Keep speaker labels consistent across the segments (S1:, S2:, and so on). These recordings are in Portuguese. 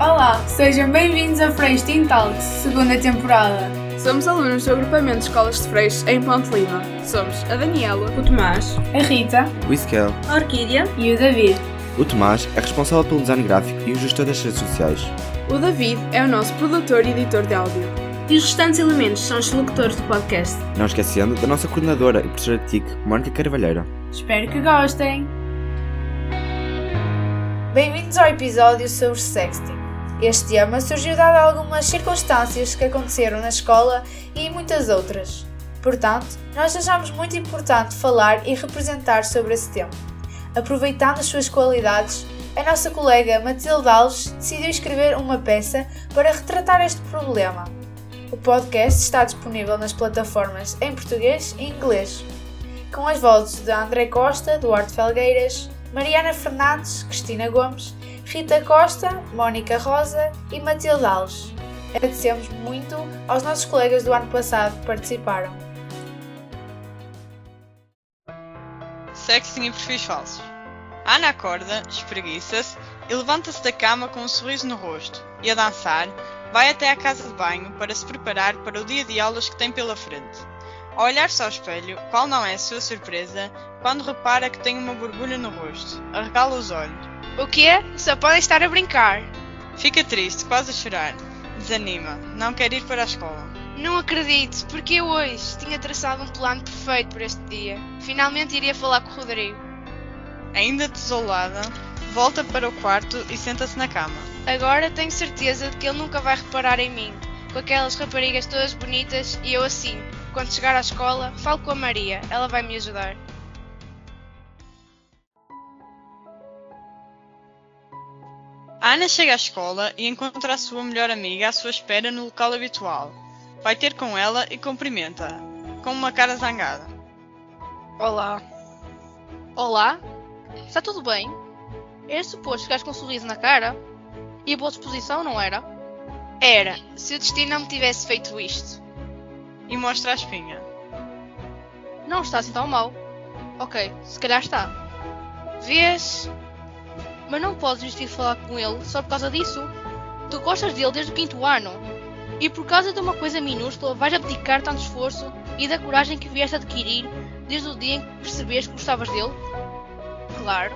S1: Olá, sejam bem-vindos a Freixo Tintal, segunda temporada.
S2: Somos alunos do agrupamento de escolas de Freixo em Ponte Lima. Somos a Daniela, o Tomás,
S1: A Rita
S3: O Iskel,
S2: a Orquídea,
S1: e o David.
S3: o Tomás, é responsável pelo design gráfico e o gestor das redes sociais.
S2: o David é o nosso produtor e editor de áudio.
S4: E os restantes elementos são os locutores do podcast.
S3: Não esquecendo da nossa coordenadora e professora de TIC, Mónica Carvalheira.
S1: Espero que gostem.
S5: Bem-vindos ao episódio sobre sexting. Este tema surgiu dado algumas circunstâncias que aconteceram na escola e em muitas outras. Portanto, nós achamos muito importante falar e representar sobre esse tema. Aproveitando as suas qualidades, a nossa colega Matilde Alves decidiu escrever uma peça para retratar este problema. O podcast está disponível nas plataformas em português e inglês com as vozes de André Costa, Duarte Felgueiras, Mariana Fernandes, Cristina Gomes, Rita Costa, Mónica Rosa e Matilde Alves. Agradecemos muito aos nossos colegas do ano passado que participaram.
S6: Sexting e perfis falsos. Ana acorda, espreguiça-se e levanta-se da cama com um sorriso no rosto e, a dançar, vai até à casa de banho para se preparar para o dia de aulas que tem pela frente. Ao olhar-se ao espelho, qual não é a sua surpresa quando repara que tem uma borbulha no rosto, arregala os olhos.
S7: O quê? Só podem estar a brincar.
S6: Fica triste, quase a chorar. Desanima, não quer ir para a escola.
S7: Não acredito, porque eu hoje tinha traçado um plano perfeito para este dia. Finalmente iria falar com o Rodrigo.
S6: Ainda desolada, volta para o quarto e senta-se na cama.
S7: Agora tenho certeza de que ele nunca vai reparar em mim, com aquelas raparigas todas bonitas e eu assim. Quando chegar à escola, falo com a Maria, ela vai me ajudar.
S6: A Ana chega à escola e encontra a sua melhor amiga à sua espera no local habitual. Vai ter com ela e cumprimenta-a, com uma cara zangada.
S7: Olá. Olá? Está Tá tudo bem? Era suposto ficares com um sorriso na cara? E a boa disposição, não era? Era, se o destino não me tivesse feito isto.
S6: E mostra a espinha.
S7: Não está assim tão mal. Ok, se calhar está. Vês? Mas não podes vestir falar com ele só por causa disso. Tu gostas dele desde o quinto ano. E por causa de uma coisa minúscula vais abdicar tanto esforço e da coragem que vieste adquirir desde o dia em que percebes que gostavas dele? Claro.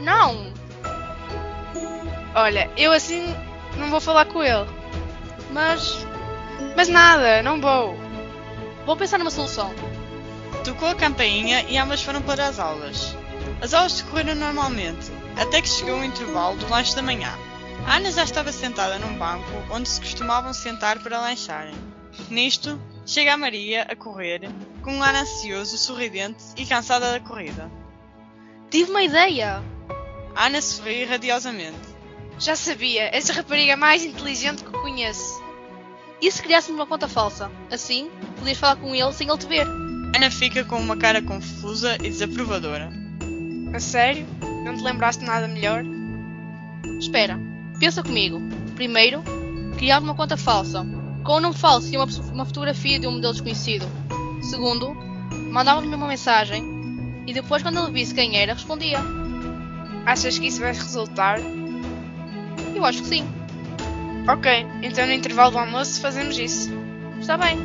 S7: Não! Olha, eu assim não vou falar com ele. Mas. Mas nada, não vou. Vou pensar numa solução.
S6: Tocou a campainha e ambas foram para as aulas. As aulas decorreram normalmente, até que chegou o intervalo do lanche da manhã. A Ana já estava sentada num banco onde se costumavam sentar para lancharem. Nisto, chega a Maria a correr, com um ar ansioso, sorridente e cansada da corrida.
S7: Tive uma ideia!
S6: A Ana sorri radiosamente.
S7: Já sabia, essa rapariga é a mais inteligente que conheço. E se criássemos uma conta falsa? Assim, podias falar com ele sem ele te ver.
S6: Ana fica com uma cara confusa e desaprovadora.
S7: A sério? Não te lembraste nada melhor? Espera, pensa comigo. Primeiro, criava uma conta falsa, com um nome falso e uma, pso- uma fotografia de um modelo desconhecido. Segundo, mandava-lhe uma mensagem e depois, quando ele visse quem era, respondia. Achas que isso vai resultar? Eu acho que sim. Ok, então no intervalo do almoço fazemos isso. Está bem.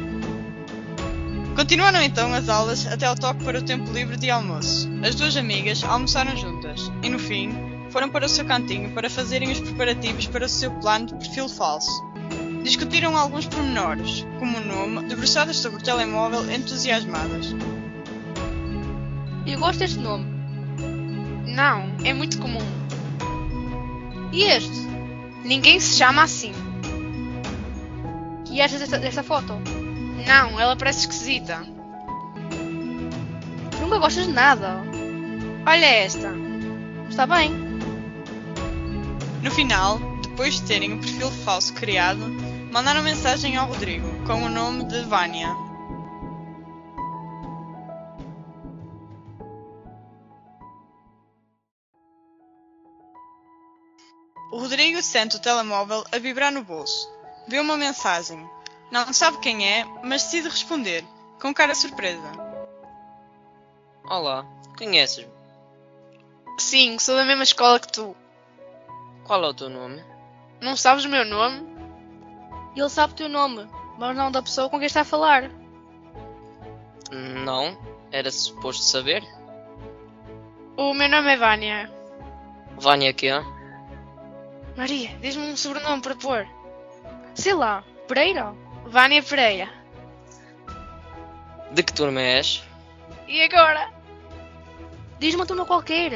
S6: Continuaram então as aulas até ao toque para o tempo livre de almoço. As duas amigas almoçaram juntas e, no fim, foram para o seu cantinho para fazerem os preparativos para o seu plano de perfil falso. Discutiram alguns pormenores, como o nome, debruçadas sobre o telemóvel, entusiasmadas.
S7: Eu gosto deste nome. Não, é muito comum. E este? Ninguém se chama assim. E achas desta, desta foto? Não, ela parece esquisita. Nunca gostas de nada. Olha esta. Está bem.
S6: No final, depois de terem o perfil falso criado, mandaram mensagem ao Rodrigo com o nome de Vânia. O Rodrigo sente o telemóvel a vibrar no bolso. Vê uma mensagem. Não sabe quem é, mas decide responder, com cara surpresa.
S8: Olá, conheces-me?
S7: Sim, sou da mesma escola que tu.
S8: Qual é o teu nome?
S7: Não sabes o meu nome? Ele sabe o teu nome, mas não da pessoa com quem está a falar.
S8: Não, era suposto saber.
S7: O meu nome é Vânia.
S8: Vânia que é?
S7: Maria, diz-me um sobrenome para pôr. Sei lá, Pereira? Vânia Pereira.
S8: De que turma és?
S7: E agora? Diz-me uma turma qualquer.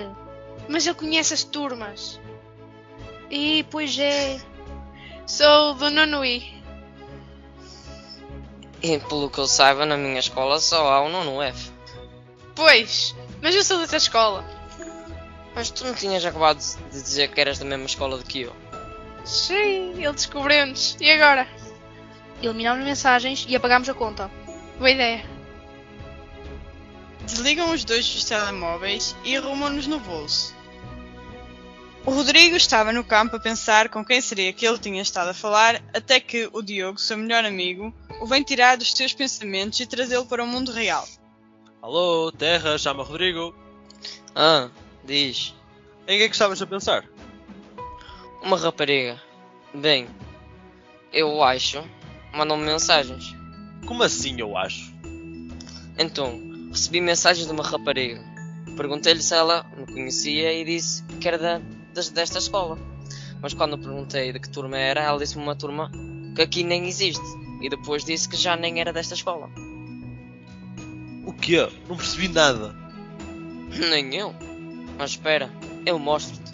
S7: Mas eu conheço as turmas. E pois é. Sou do nono I.
S8: E pelo que eu saiba, na minha escola só há o nono F.
S7: Pois, mas eu sou de outra escola.
S8: Mas tu não tinhas acabado de dizer que eras da mesma escola do que eu.
S7: Sim, ele descobriu-nos. E agora? Eliminamos mensagens e apagamos a conta. Boa ideia.
S6: Desligam os dois dos telemóveis e arrumam-nos no bolso. O Rodrigo estava no campo a pensar com quem seria que ele tinha estado a falar, até que o Diogo, seu melhor amigo, o vem tirar dos seus pensamentos e trazê-lo para o mundo real.
S9: Alô, Terra, chama Rodrigo.
S8: Ah, diz.
S9: Em que é que estavas a pensar?
S8: Uma rapariga. Bem, eu acho. Mandam-me mensagens.
S9: Como assim, eu acho?
S8: Então, recebi mensagens de uma rapariga. Perguntei-lhe se ela me conhecia e disse que era da, des- desta escola. Mas quando perguntei de que turma era, ela disse-me uma turma que aqui nem existe. E depois disse que já nem era desta escola.
S9: O quê? Não percebi nada.
S8: Nem eu. Mas espera, eu mostro-te.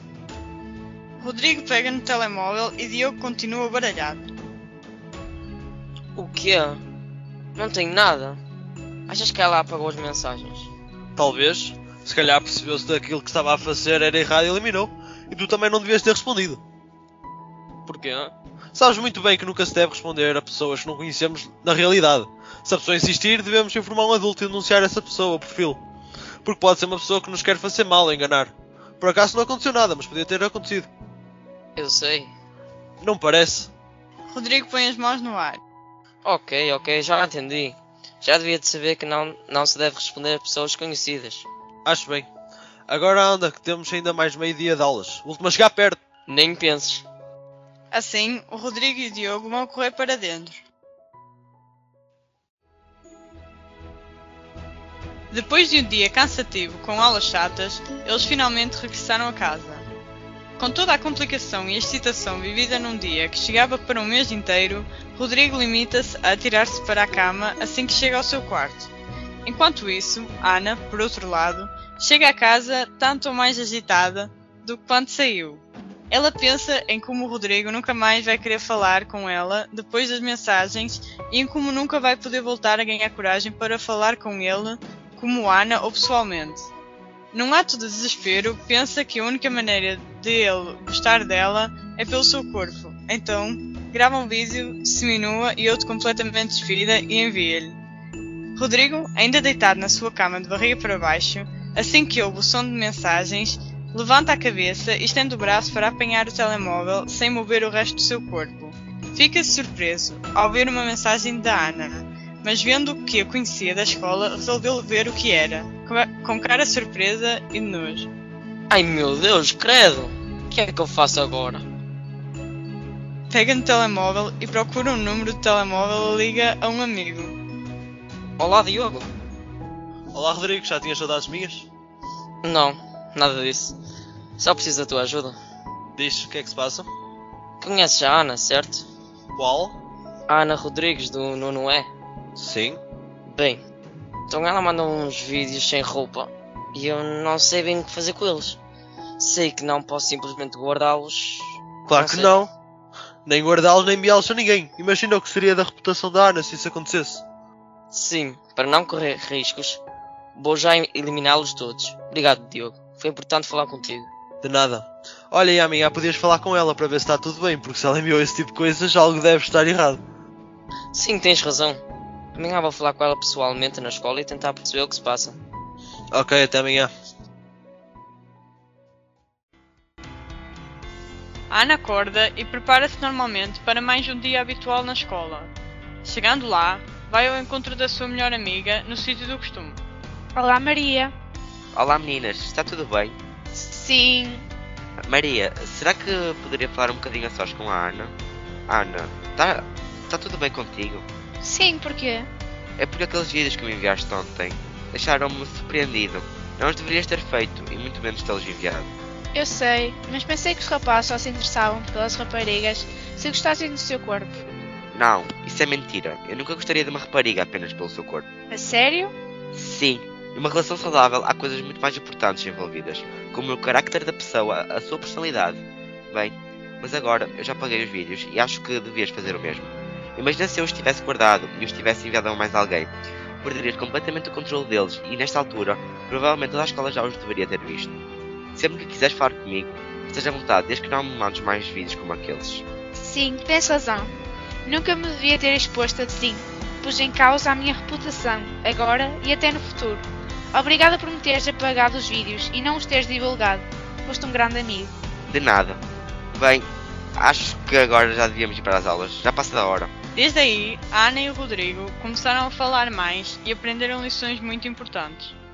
S6: Rodrigo pega no telemóvel e Diogo continua baralhado.
S8: O quê? Não tenho nada. Achas que ela apagou as mensagens?
S9: Talvez. Se calhar percebeu-se daquilo que estava a fazer era errado e eliminou. E tu também não devias ter respondido.
S8: Porquê?
S9: Sabes muito bem que nunca se deve responder a pessoas que não conhecemos na realidade. Se a pessoa insistir, devemos informar um adulto e denunciar essa pessoa por filo. Porque pode ser uma pessoa que nos quer fazer mal, enganar. Por acaso não aconteceu nada, mas podia ter acontecido.
S8: Eu sei.
S9: Não parece.
S6: Rodrigo põe as mãos no ar.
S8: Ok, ok, já entendi. Já devia de saber que não, não se deve responder a pessoas conhecidas.
S9: Acho bem. Agora anda, que temos ainda mais meio dia de aulas. O último a chegar perto.
S8: Nem penses.
S6: Assim, o Rodrigo e o Diogo vão correr para dentro. Depois de um dia cansativo com aulas chatas, eles finalmente regressaram a casa. Com toda a complicação e excitação vivida num dia que chegava para um mês inteiro, Rodrigo limita-se a atirar-se para a cama assim que chega ao seu quarto. Enquanto isso, Ana, por outro lado, chega a casa tanto ou mais agitada do que quando saiu. Ela pensa em como o Rodrigo nunca mais vai querer falar com ela depois das mensagens e em como nunca vai poder voltar a ganhar coragem para falar com ele, como Ana ou pessoalmente. Num ato de desespero, pensa que a única maneira de ele gostar dela é pelo seu corpo. Então, grava um vídeo, dissemina e outro completamente desferida e envia-lhe. Rodrigo, ainda deitado na sua cama de barriga para baixo, assim que ouve o som de mensagens, Levanta a cabeça e estende o braço para apanhar o telemóvel sem mover o resto do seu corpo. Fica-se surpreso ao ver uma mensagem da Ana, mas vendo que a conhecia da escola, resolveu ver o que era, com- com cara de surpresa e de nojo.
S8: Ai meu Deus, credo! O que é que eu faço agora?
S6: Pega no telemóvel e procura um número de telemóvel e liga a um amigo.
S8: Olá Diogo!
S9: Olá, Rodrigo, já tinhas saudades minhas?
S8: Não, nada disso. Só preciso da tua ajuda.
S9: Diz, o que é que se passa?
S8: Conheces a Ana, certo?
S9: Qual?
S8: A Ana Rodrigues do Nono E.
S9: Sim.
S8: Bem, então ela mandou uns vídeos sem roupa e eu não sei bem o que fazer com eles. Sei que não posso simplesmente guardá-los.
S9: Claro
S8: Não
S9: que
S8: sei.
S9: não. Nem guardá-los nem enviá-los a ninguém. Imagina o que seria da reputação da Ana se isso acontecesse.
S8: Sim, para não correr riscos, vou já em- eliminá-los todos. Obrigado, Diogo. Foi importante falar contigo.
S9: De nada. Olha, Yami, já podias falar com ela para ver se está tudo bem, porque se ela enviou esse tipo de coisas, algo deve estar errado.
S8: Sim, tens razão. Amanhã vou falar com ela pessoalmente na escola e tentar perceber o que se passa.
S9: Ok, até amanhã.
S6: A Ana acorda e prepara-se normalmente para mais um dia habitual na escola. Chegando lá, vai ao encontro da sua melhor amiga no sítio do costume.
S7: Olá, Maria.
S10: Olá meninas, está tudo bem?
S7: Sim.
S10: Maria, será que poderia falar um bocadinho a sós com a Ana? Ana, tá, tá tudo bem contigo?
S7: Sim, porquê?
S10: É porque aqueles vídeos que me enviaste ontem deixaram-me surpreendido. Não os deverias ter feito e muito menos tê-los enviado.
S7: Eu sei, mas pensei que os rapazes só se interessavam pelas raparigas se gostassem do seu corpo.
S10: Não, isso é mentira. Eu nunca gostaria de uma rapariga apenas pelo seu corpo.
S7: A sério?
S10: Sim, numa relação saudável há coisas muito mais importantes envolvidas, como o carácter da pessoa, a sua personalidade. Bem, mas agora eu já paguei os vídeos e acho que devias fazer o mesmo. Imagina se eu os tivesse guardado e os tivesse enviado a mais alguém. Perderias completamente o controle deles e, nesta altura, provavelmente toda a escola já os deveria ter visto. Sempre que quiseres falar comigo, esteja à vontade, desde que não me mandes mais vídeos como aqueles.
S7: Sim, tens razão. Nunca me devia ter exposto assim. Pus em causa a minha reputação, agora e até no futuro. Obrigada por me teres apagado os vídeos e não os teres divulgado. Foste um grande amigo.
S10: De nada. Bem, acho que agora já devíamos ir para as aulas. Já passa da hora.
S6: Desde aí, a Ana e o Rodrigo começaram a falar mais e aprenderam lições muito importantes.